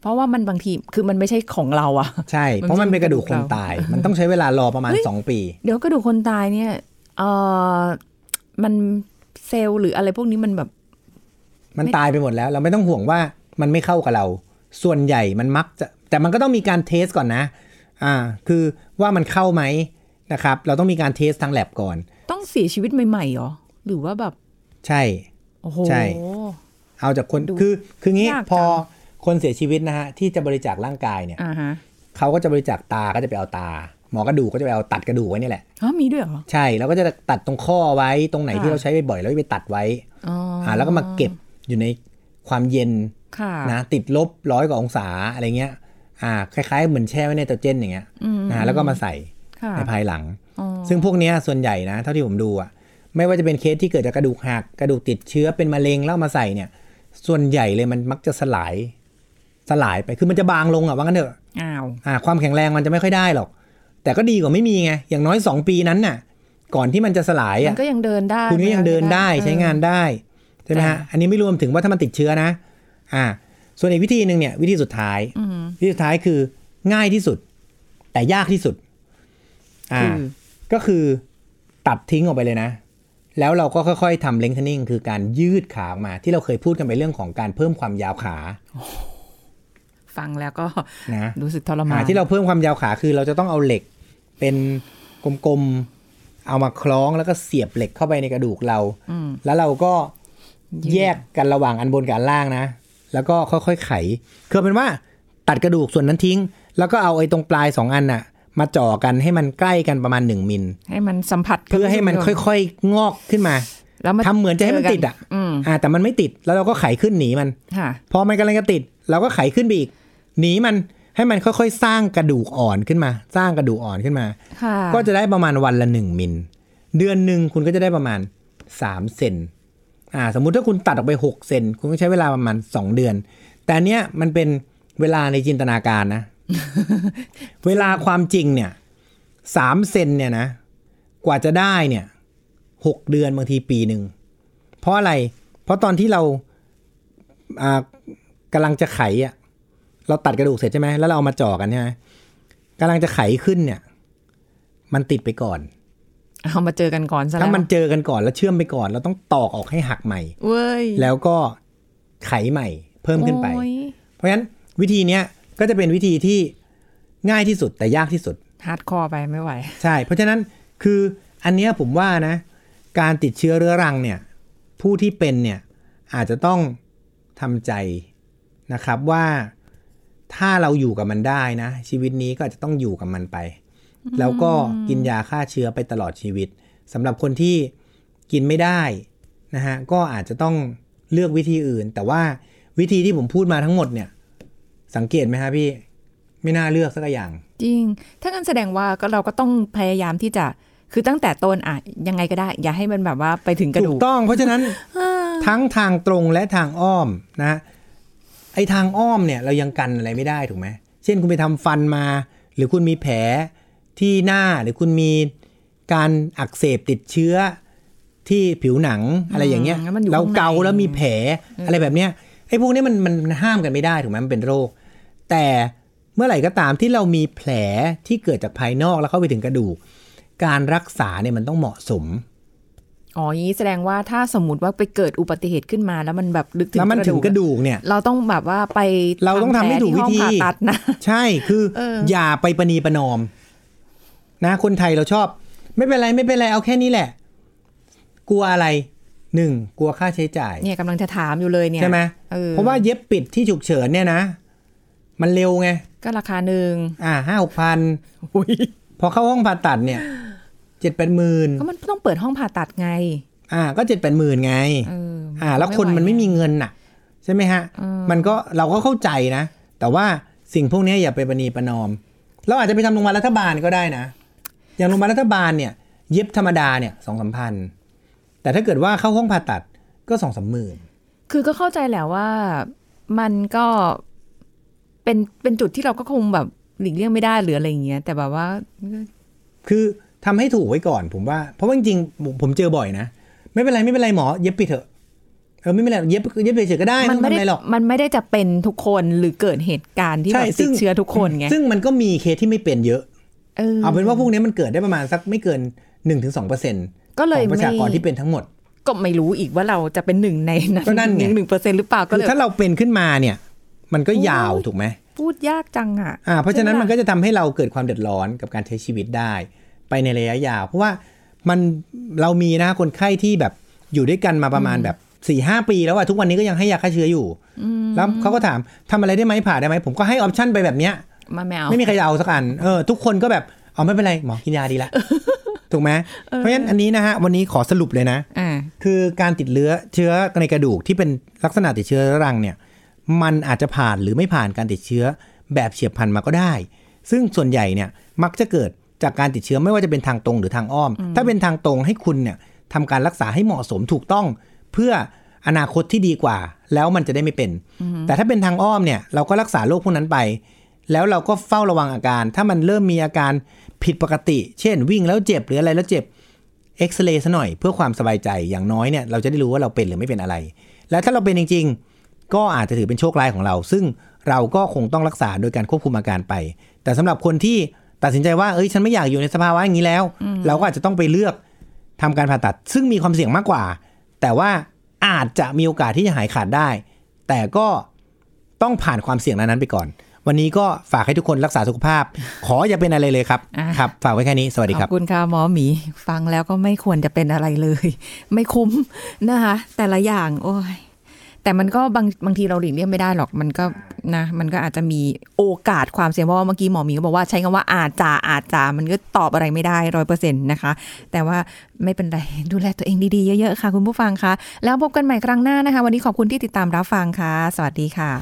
[SPEAKER 3] เพราะว่ามันบางทีคือมันไม่ใช่ของเราอะ
[SPEAKER 2] ใช่ เพราะมันเป็นกระดูกคนตาย มันต้องใช้เวลารอประมาณ
[SPEAKER 3] เฮ้ย
[SPEAKER 2] สองปี
[SPEAKER 3] เดี๋ยวกระดูกคนตายเนี่ยเออมันเซลล์หรืออะไรพวกนี้มันแบบ
[SPEAKER 2] มันตายไปหมดแล้ว เราไม่ต้องห่วงว่ามันไม่เข้ากับเรา ส่วนใหญ่มันมักจะ แต่มันก็ต้องมีการเทสก่อนนะ อ่า คือว่ามันเข้าไหมนะครับ เราต้องมีการเทสทางแลบก่อน
[SPEAKER 3] ต้องเสียชีวิตใหม่ๆเหรอ หรือว่าแบบ
[SPEAKER 2] ใช่
[SPEAKER 3] โอ้โห
[SPEAKER 2] ใช่ เอาจากคนคือคืองี้
[SPEAKER 3] ยากจัง
[SPEAKER 2] พอคนเสียชีวิตนะฮะที่จะบริจาคร่างกายเนี่ย
[SPEAKER 3] อ่าฮะ
[SPEAKER 2] เขาก็จะบริจาคตาก็จะไปเอาตา หมอกระดูกก็จะไปเอาตัดกระดูกไว้เนี่ยแหละ
[SPEAKER 3] ฮะมีด้วยเหรอ
[SPEAKER 2] ใช่แล้วก็จะตัดตรงข้อไว้ตรงไหนที่
[SPEAKER 3] ค่ะ
[SPEAKER 2] เราใช้บ่อยๆแล้วไปตัดไว้
[SPEAKER 3] อ๋ออ่
[SPEAKER 2] าแล้วก็มาเก็บอยู่ในความเย็น
[SPEAKER 3] ค่ะ
[SPEAKER 2] นะติดลบร้อยกว่าองศาอะไรเงี้ยอ่าคล้ายๆเหมือนแช่ไว้ในเตาเจนอย่างเงี้ย
[SPEAKER 3] อืม
[SPEAKER 2] นะแล้วก็มาใส่
[SPEAKER 3] ค่ะ
[SPEAKER 2] ในภายหลัง
[SPEAKER 3] อ๋อ
[SPEAKER 2] ซึ่งพวกเนี้ยส่วนใหญ่นะเท่าที่ผมดูอะไม่ว่าจะเป็นเคสที่เกิดจากกระดูกหักกระดูกติดเชื้อเป็นมะเร็งแล้วเอามาใส่เนี่ย ส่วนใหญ่เลยมันมักจะสลาย สลายไปคือมันจะบางลงอะว่างั้นเถอะ
[SPEAKER 3] อ้าว
[SPEAKER 2] อ่าความแข็งแรงมันจะไม่ค่อยได้หรอก แต่ก็ดีกว่าไม่มีไงอย่างน้อย 2 ปีนั้นน่ะ ก่อนที่มันจะสลาย
[SPEAKER 3] มั
[SPEAKER 2] อะ
[SPEAKER 3] นก็ยังเดินได้
[SPEAKER 2] คุณก็ยังเดินได้
[SPEAKER 3] ม่
[SPEAKER 2] ใช้งานได้ใช่ไหมฮะอันนี้ไม่รวมถึงว่าถ้ามันติดเชื้อนะ อ่า ส่วนอีกวิธีหนึ่งเนี่ยวิธีสุดท้าย
[SPEAKER 3] อืม
[SPEAKER 2] วิธีสุดท้ายคือง่ายที่สุด แต่ยากที่สุด อ่า
[SPEAKER 3] คือ
[SPEAKER 2] ก็คือตัดทิ้งออกไปเลยนะ แล้วเราก็ค่อยๆทำเลงท e นิ่งคือการยืดขาออกมา ที่เราเคยพูดกันไปเรื่องของการเพิ่มความยาวขา
[SPEAKER 3] ฟังแล้วก็
[SPEAKER 2] นะ
[SPEAKER 3] รู้สึกทรมา
[SPEAKER 2] อ่านที่เราเพิ่มความยาวขาคือเราจะต้องเอาเหล็กเป็นกลมๆ เอามาคล้องแล้วก็เสียบเหล็กเข้าไปในกระดูกเรา แล้วเราก็แยกกันระหว่างอันบนกับอันล่างนะ แล้วก็ค่อยๆไข คือเป็นว่าตัดกระดูกส่วนนั้นทิ้ง แล้วก็เอาไอ้ตรงปลายสองอันน่ะ มาจ่อกันให้มันใกล้กันประมาณหนึ่งมิล
[SPEAKER 3] ให้มันสัมผัสกับ
[SPEAKER 2] เพื่อให้มันค่อยๆ งอกขึ้นมา
[SPEAKER 3] แล้วมา
[SPEAKER 2] ทำเหมือนจะให้มันติดอ่ะ
[SPEAKER 3] เจกัอืม
[SPEAKER 2] อ่า แต่มันไม่ติดแล้วเราก็ไขขึ้นหนีมัน
[SPEAKER 3] ค่ะ
[SPEAKER 2] พอมันกำลังจะติดเราก็ไขขึ้นไปอีกหนีมันให้มันค่อยๆ สร้างกระดูกอ่อนขึ้นมา สร้างกระดูกอ่อนขึ้นมา
[SPEAKER 3] ค่ะ
[SPEAKER 2] ก็จะได้ประมาณวันละหนึ่งมิลเดือนหนึ่งคุณก็จะได้ประมาณสามเซนอ่า สมมุติถ้าคุณตัดออกไปหกเซนคุณก็ใช้เวลาประมาณสองเดือน แต่อันเนี้ยมันเป็นเวลาในจินตนาการ นะ เวลาความจริงเนี่ยสามเซนเนี่ยนะ กว่าจะได้เนี่ยหกเดือนบางทีปีหนึ่ง เพราะอะไร เพราะตอนที่เราอ่ากำลังจะไขอ่ะ เราตัดกระดูกเสร็จใช่ไหมแล้วเราเอามาจ่อกันใช่ไหมกำลังจะไขขึ้นเนี่ย มันติดไปก่อน
[SPEAKER 3] เอามาเจอกันก่อนซะแล้
[SPEAKER 2] ถ้าว มันเจอกันก่อนแล้วเชื่อมไปก่อน เราต้องตอกออกให้หักใหม่
[SPEAKER 3] เว้ย
[SPEAKER 2] แล้วก็ไขใหม่ เพิ่มขึ้นไป
[SPEAKER 3] โอ้ย
[SPEAKER 2] เพราะฉะนั้นวิธีเนี้ยก็จะเป็นวิธีที่ง่ายที่สุดแต่ยากที่สุด
[SPEAKER 3] ฮาร์ดคอร์ไปไม่ไหว
[SPEAKER 2] ใช่ เพราะฉะนั้นคืออันเนี้ยผมว่านะ การติดเชื้อเรื้อรังเนี่ย ผู้ที่เป็นเนี่ยอาจจะต้องทำใจนะครับว่าถ้าเราอยู่กับมันได้นะ ชีวิตนี้ก็อาจจะต้องอยู่กับมันไป แล้วก็กินยาฆ่าเชื้อไปตลอดชีวิตสำหรับคนที่กินไม่ได้นะฮะก็อาจจะต้องเลือกวิธีอื่น แต่ว่าวิธีที่ผมพูดมาทั้งหมดเนี่ย สังเกตไหมฮะพี่ไม่น่าเลือกสักอย่าง
[SPEAKER 3] จริง ถ้างั้นแสดงว่าก็เราก็ต้องพยายามที่จะ คือตั้งแต่ต้นอะยังไงก็ได้ อย่าให้มันแบบว่าไปถึงกระดูก
[SPEAKER 2] ถูกต้องเพราะฉะนั้นทั้งทางตรงและทางอ้อมนะฮะไอทางอ้อมเนี่ยเรายังกันอะไรไม่ได้ถูกไหมเช่นคุณไปทำฟันมา หรือคุณมีแผลที่หน้าหรือคุณมีการอักเสบติดเชื้อที่ผิวหนังอะไรอย่างเงี้ย
[SPEAKER 3] อืมงั้นมันอยู่
[SPEAKER 2] เราเกา
[SPEAKER 3] ข้างใน
[SPEAKER 2] แล้วมีแผลอะไรแบบเนี้ยไอพวกนี้มันมันห้ามกันไม่ได้ถูกไหมมันเป็นโรค แต่เมื่อไหร่ก็ตามที่เรามีแผลที่เกิดจากภายนอกแล้วเข้าไปถึงกระดูก การรักษาเนี่ยมันต้องเหมาะสม
[SPEAKER 3] อ๋ออย่างนี้แสดงว่าถ้าสมมติว่าไปเกิดอุบัติเหตุขึ้นมา แล้วมันแบบลึกถึง
[SPEAKER 2] แล้วมันถึงกระดูกเนี่ย
[SPEAKER 3] เราต้องแบบว่าไป
[SPEAKER 2] เราต้องทำให้ถูกวิธี
[SPEAKER 3] ห้องผ่าตัดนะ
[SPEAKER 2] ใช่คือ
[SPEAKER 3] เออ
[SPEAKER 2] อ
[SPEAKER 3] อ
[SPEAKER 2] ย่าไปประนีประนอม นะคนไทยเราชอบ ไม่เป็นไรไม่เป็นไรเอาแค่นี้แหละ กลัวอะไรหนึ่งกลัวค่าใช้จ่าย
[SPEAKER 3] เนี่ยกำลังจะถามอยู่เลยเนี่ย
[SPEAKER 2] ใช่ไหม
[SPEAKER 3] เออ
[SPEAKER 2] เพราะว่าเย็บปิดที่ฉุกเฉินเนี่ยนะ มันเร็วไง
[SPEAKER 3] ก็ราคาหนึ่ง
[SPEAKER 2] อ่าห้าหกพันพอเข้าห้องผ่าตัดเนี่ยเจ็ดแปดหมื่น
[SPEAKER 3] ก็มันต้องเปิดห้องผ่าตัดไง
[SPEAKER 2] อ่า ก็เจ็ดแปดหมื่นไง
[SPEAKER 3] เอออ
[SPEAKER 2] อ่าแล้วคนมันไม่มีเงินน่ะ ใช่ไหมฮะ
[SPEAKER 3] อืม
[SPEAKER 2] มันก็เราก็เข้าใจนะ แต่ว่าสิ่งพวกนี้อย่าไปประนีประนอม เราอาจจะไปทำโรงพยาบาลรัฐบาลก็ได้นะ อย่างโรงพยาบาลรัฐบาลเนี่ย เย็บธรรมดาเนี่ยสองสามพันแต่ถ้าเกิดว่าเข้าห้องผ่าตัดก็สองสามหมื่น
[SPEAKER 3] คือก็เข้าใจแหละว่ามันก็เป็นเป็นจุดที่เราก็คงแบบหลีกเลี่ยงไม่ได้หรืออะไรอย่างเงี้ยแต่แบบว่า
[SPEAKER 2] คือทำให้ถูกไว้ก่อนผมว่า เพราะว่าจริงๆผมผมเจอบ่อยนะ ไม่เป็นไรไม่เป็นไรหมอ เย็บไปเถอะเออไม่เป็นไรเย็บเย็บไปเฉยๆก็ได้
[SPEAKER 3] มั
[SPEAKER 2] ไม่
[SPEAKER 3] น
[SPEAKER 2] ต้องทำ
[SPEAKER 3] ไม่ได้
[SPEAKER 2] อะไรหรอก
[SPEAKER 3] มันไม่ได้จะเป็นทุกคนหรือเกิดเหตุการณ์ที่
[SPEAKER 2] ใช่
[SPEAKER 3] แบบ
[SPEAKER 2] ซึ่
[SPEAKER 3] ติด
[SPEAKER 2] ง
[SPEAKER 3] เชื้อทุกคนไง
[SPEAKER 2] ซึ่งมันก็มีเคสที่ไม่เป็นเยอะ
[SPEAKER 3] เออ
[SPEAKER 2] เอาเป็นว่าพวกนี้มันเกิดได้ประมาณสักไม่เกิน1-2%ถึงสองเปอร์เซ็นต์
[SPEAKER 3] ก็
[SPEAKER 2] ข
[SPEAKER 3] เล
[SPEAKER 2] อย งประ
[SPEAKER 3] ไม่
[SPEAKER 2] ชากรที่เป็นทั้งหมด
[SPEAKER 3] ก็ไม่รู้อีกว่าเราจะเป็นหนึ่งในนั้น
[SPEAKER 2] ก็นั่นไง
[SPEAKER 3] หนึ่งเปอร์เซ็นต์หรือเปล่าก็
[SPEAKER 2] คื
[SPEAKER 3] เล
[SPEAKER 2] อย ถ้าเราเป็นขึ้นมาเนี่ย มันก็
[SPEAKER 3] โอ้ย
[SPEAKER 2] ยาวถูกไหม
[SPEAKER 3] พูดยากจังอ่ะ
[SPEAKER 2] อ่า เพราะฉะนั้น
[SPEAKER 3] ใช่ไหม
[SPEAKER 2] มันก็จะทำให้เราเกิดความเดือดร้อนกับการใช้ชีวิตได้ ไปในระยะยาว เพราะว่ามันเรามีนะคนไข้ที่แบบอยู่ด้วยกันมาประมาณแบบสี่ห้าปีแล้วอะทุกวันนี้ก็ยังให้ยาฆ่าเชื้ออยู่แล้วเขาก็ถามทำอะไรได้ไหมผ่าได้ไหมผมก็ให้ออปชั่นไปแบบเนี้ย
[SPEAKER 3] มาแมว
[SPEAKER 2] ไม่มีใครจะเอาสักอัน เออ ทุกคนก็แบบ เอาไม่เป็นไร หมอกินยาดีละ ถูกไหมเพราะฉะนั้นอันนี้นะฮะ วันนี้ขอสรุปเลยนะ
[SPEAKER 3] อ่า
[SPEAKER 2] คือการติดเลื้อเชื้อในกระดูกที่เป็นลักษณะติดเชื้อเรื้อรังเนี่ย มันอาจจะผ่านหรือไม่ผ่านการติดเชื้อแบบเฉียบพลันมาก็ได้ ซึ่งส่วนใหญ่เนี่ยมักจะเกิดจากการติดเชื้อไม่ว่าจะเป็นทางตรงหรือทางอ้อม ถ้าเป็นทางตรงให้คุณเนี่ยทำการรักษาให้เหมาะสมถูกต้อง เพื่ออนาคตที่ดีกว่า แล้วมันจะได้ไม่เป็น แต่ถ้าเป็นทางอ้อมเนี่ยเราก็รักษาโรคพวกนั้นไป แล้วเราก็เฝ้าระวังอาการ ถ้ามันเริ่มมีอาการผิดปกติ เช่น วิ่งแล้วเจ็บหรืออะไรแล้วเจ็บ เอ็กซเรย์ซะหน่อยเพื่อความสบายใจอย่างน้อยเนี่ยเราจะได้รู้ว่าเราเป็นหรือไม่เป็นอะไร และถ้าเราเป็นจริง ๆ ก็อาจจะถือเป็นโชคร้ายของเรา ซึ่งเราก็คงต้องรักษาโดยการควบคุมอาการไป แต่สำหรับคนที่ ตัดสินใจว่าเอ้ยฉันไม่อยากอยู่ในสภาวะอย่างนี้แล้ว เราก็อาจจะต้องไปเลือกทำการผ่าตัด ซึ่งมีความเสี่ยงมากกว่า แต่ว่าอาจจะมีโอกาสที่จะหายขาดได้ แต่ก็ต้องผ่านความเสี่ยงนั้นๆไปก่อน วันนี้ก็ฝากให้ทุกคนรักษาสุขภาพ ขออย่าเป็นอะไรเลยครับ
[SPEAKER 3] อ่ะ
[SPEAKER 2] ครับ ฝากไว้แค่นี้สวัสดี
[SPEAKER 3] ข
[SPEAKER 2] ค
[SPEAKER 3] อ
[SPEAKER 2] รับ
[SPEAKER 3] บคุณค่ะหมอหมี ฟังแล้วก็ไม่ควรจะเป็นอะไรเลย ไม่คุ้มนะคะ แต่ละอย่างโอ้ยแต่มันก็บางบางทีเราหลีกเลี่ยงไม่ได้หรอกมันก็นะ มันก็อาจจะมีโอกาสความเสี่ยงเพราะว่าเมื่อกี้หมอหมีก็บอกว่าใช้คำว่าอาจจะอาจจะมันก็ตอบอะไรไม่ได้ร้อยเปอร์เซ็นต์นะคะ แต่ว่าไม่เป็นไรดูแลตัวเองดีๆเยอะๆค่ะคุณผู้ฟังคะแล้วพบกันใหม่ครั้งหน้านะคะ วันนี้ขอบคุณที่ติดตามรับฟังค่ะ สวัสดีค่ะ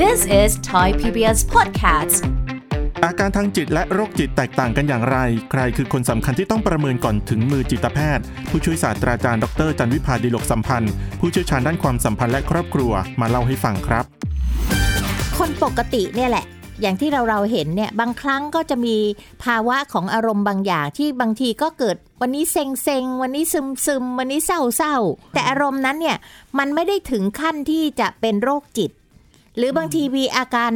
[SPEAKER 1] This is Thai PBS Podcast.
[SPEAKER 4] อาการทางจิตและโรคจิตแตกต่างกันอย่างไร ใครคือคนสำคัญที่ต้องประเมินก่อนถึงมือจิตแพทย์ ผู้ช่วยศาสตราจารย์ดรจันวิพาดีลกสัมพันธ์ ผู้เชี่ยวชาญด้านความสัมพันธ์และครอบครัวมาเล่าให้ฟังครับ
[SPEAKER 5] คนปกติเนี่ยแหละ อย่างที่เราเราเห็นเนี่ยบางครั้งก็จะมีภาวะของอารมณ์บางอย่างที่บางทีก็เกิดวันนี้เซ็งเซ็งๆวันนี้ซึมซึมๆวันนี้เศร้าเศร้าๆแต่อารมณ์นั้นเนี่ยมันไม่ได้ถึงขั้นที่จะเป็นโรคจิต หรือบางทีมีอาการ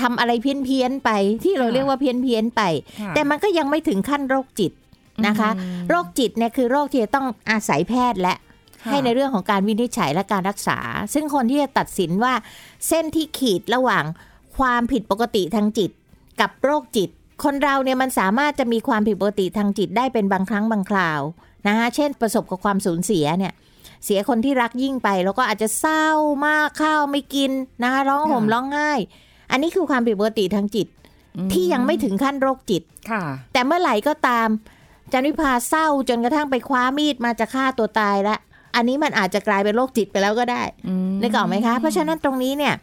[SPEAKER 5] ทำอะไรเพี้ยนเพี้ยนๆไป ที่เราเรียกว่าเพี้ยนเพี้ยนๆไป แต่มันก็ยังไม่ถึงขั้นโรคจิตนะคะ โรคจิตเนี่ยคือโรคที่จะต้องอาศัยแพทย์และ
[SPEAKER 3] ค่ะ
[SPEAKER 5] ให้ในเรื่องของการวินิจฉัยและการรักษา ซึ่งคนที่จะตัดสินว่าเส้นที่ขีดระหว่างความผิดปกติทางจิต กับโรคจิต คนเราเนี่ยมันสามารถจะมีความผิดปกติทางจิตได้เป็นบางครั้งบางคราวนะคะเช่นประสบกับความสูญเสียเนี่ย เสียคนที่รักยิ่งไป แล้วก็อาจจะเศร้ามากข้าวไม่กินนะคะร้องห่ม
[SPEAKER 3] ค่ะ
[SPEAKER 5] ร้องไห้ อันนี้คือความผิดปกติทางจิต ที่ยังไม่ถึงขั้นโรคจิต
[SPEAKER 3] ค่ะ
[SPEAKER 5] แต่เมื่อไหร่ก็ตามจันวิพาเศร้าจนกระทั่งไปคว้ามีดมาจะฆ่าตัวตายละอันนี้มันอาจจะกลายเป็นโรคจิตไปแล้วก็ได้นึกออกไหมคะ เพราะฉะนั้นตรงนี้เนี่ย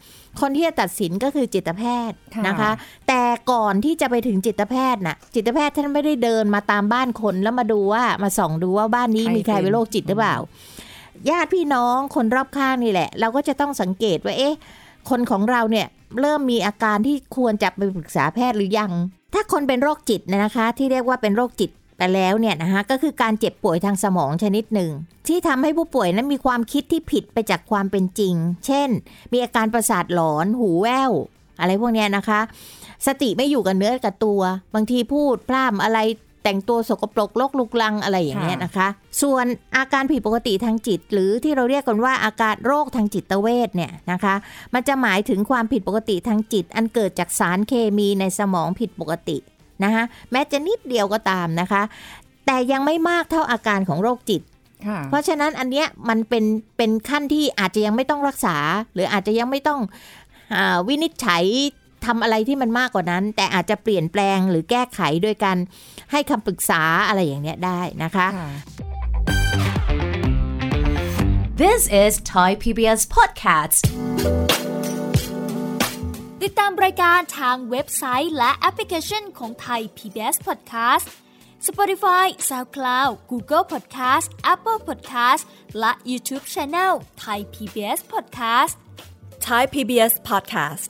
[SPEAKER 5] คนที่จะตัดสินก็คือจิตแพทย์
[SPEAKER 3] ค่ะ
[SPEAKER 5] นะคะ แต่ก่อนที่จะไปถึงจิตแพทย์น่ะ จิตแพทย์ท่านไม่ได้เดินมาตามบ้านคนแล้วมาดูว่ามาส่องดูว่าบ้านนี้มีใครเป็นโรคจิตหรือเปล่า ญาติพี่น้องคนรอบข้างนี่แหละ เราก็จะต้องสังเกตว่าเอ๊ะ คนของเราเนี่ยเริ่มมีอาการที่ควรจะไปปรึกษาแพทย์หรือยัง ถ้าคนเป็นโรคจิตเนยนะคะ ที่เรียกว่าเป็นโรคจิตไปแล้วเนี่ยนะคะก็คือการเจ็บป่วยทางสมองชนิดหนึ่ง ที่ทำให้ผู้ป่วยนั้นมีความคิดที่ผิดไปจากความเป็นจริง เช่น มีอาการประสาทหลอนหูแว่ว อะไรพวกเนี้ยนะคะ สติไม่อยู่กับเนื้อกับตัว บางทีพูดพร่ำอะไรแต่งตัวสกปรกโลกลุกลังอะไรอย่างเงี้ยนะคะ ส่วนอาการผิดปกติทางจิต หรือที่เราเรียกกันว่าอาการโรคทางจิตเวชเนี่ยนะคะ มันจะหมายถึงความผิดปกติทางจิต อันเกิดจากสารเคมีในสมองผิดปกตินะคะแม้จะนิดเดียวก็ตามนะคะ แต่ยังไม่มากเท่าอาการของโรคจิต
[SPEAKER 3] ค่ะ
[SPEAKER 5] เพราะฉะนั้นอันเนี้ยมันเป็นเป็นขั้นที่อาจจะยังไม่ต้องรักษา หรืออาจจะยังไม่ต้องอาวินิจฉัยทำอะไรที่มันมากกว่านั้น แต่อาจจะเปลี่ยนแปลงหรือแก้ไขโดยการให้คำปรึกษาอะไรอย่างเนี้ยได้นะคะ
[SPEAKER 1] This is Thai PBS Podcast.
[SPEAKER 6] ติดตามรายการทางเว็บไซต์และแอปพลิเคชันของไทย PBS Podcast Spotify SoundCloud Google Podcast Apple Podcast และ YouTube Channel Thai PBS Podcast
[SPEAKER 7] Thai PBS podcast.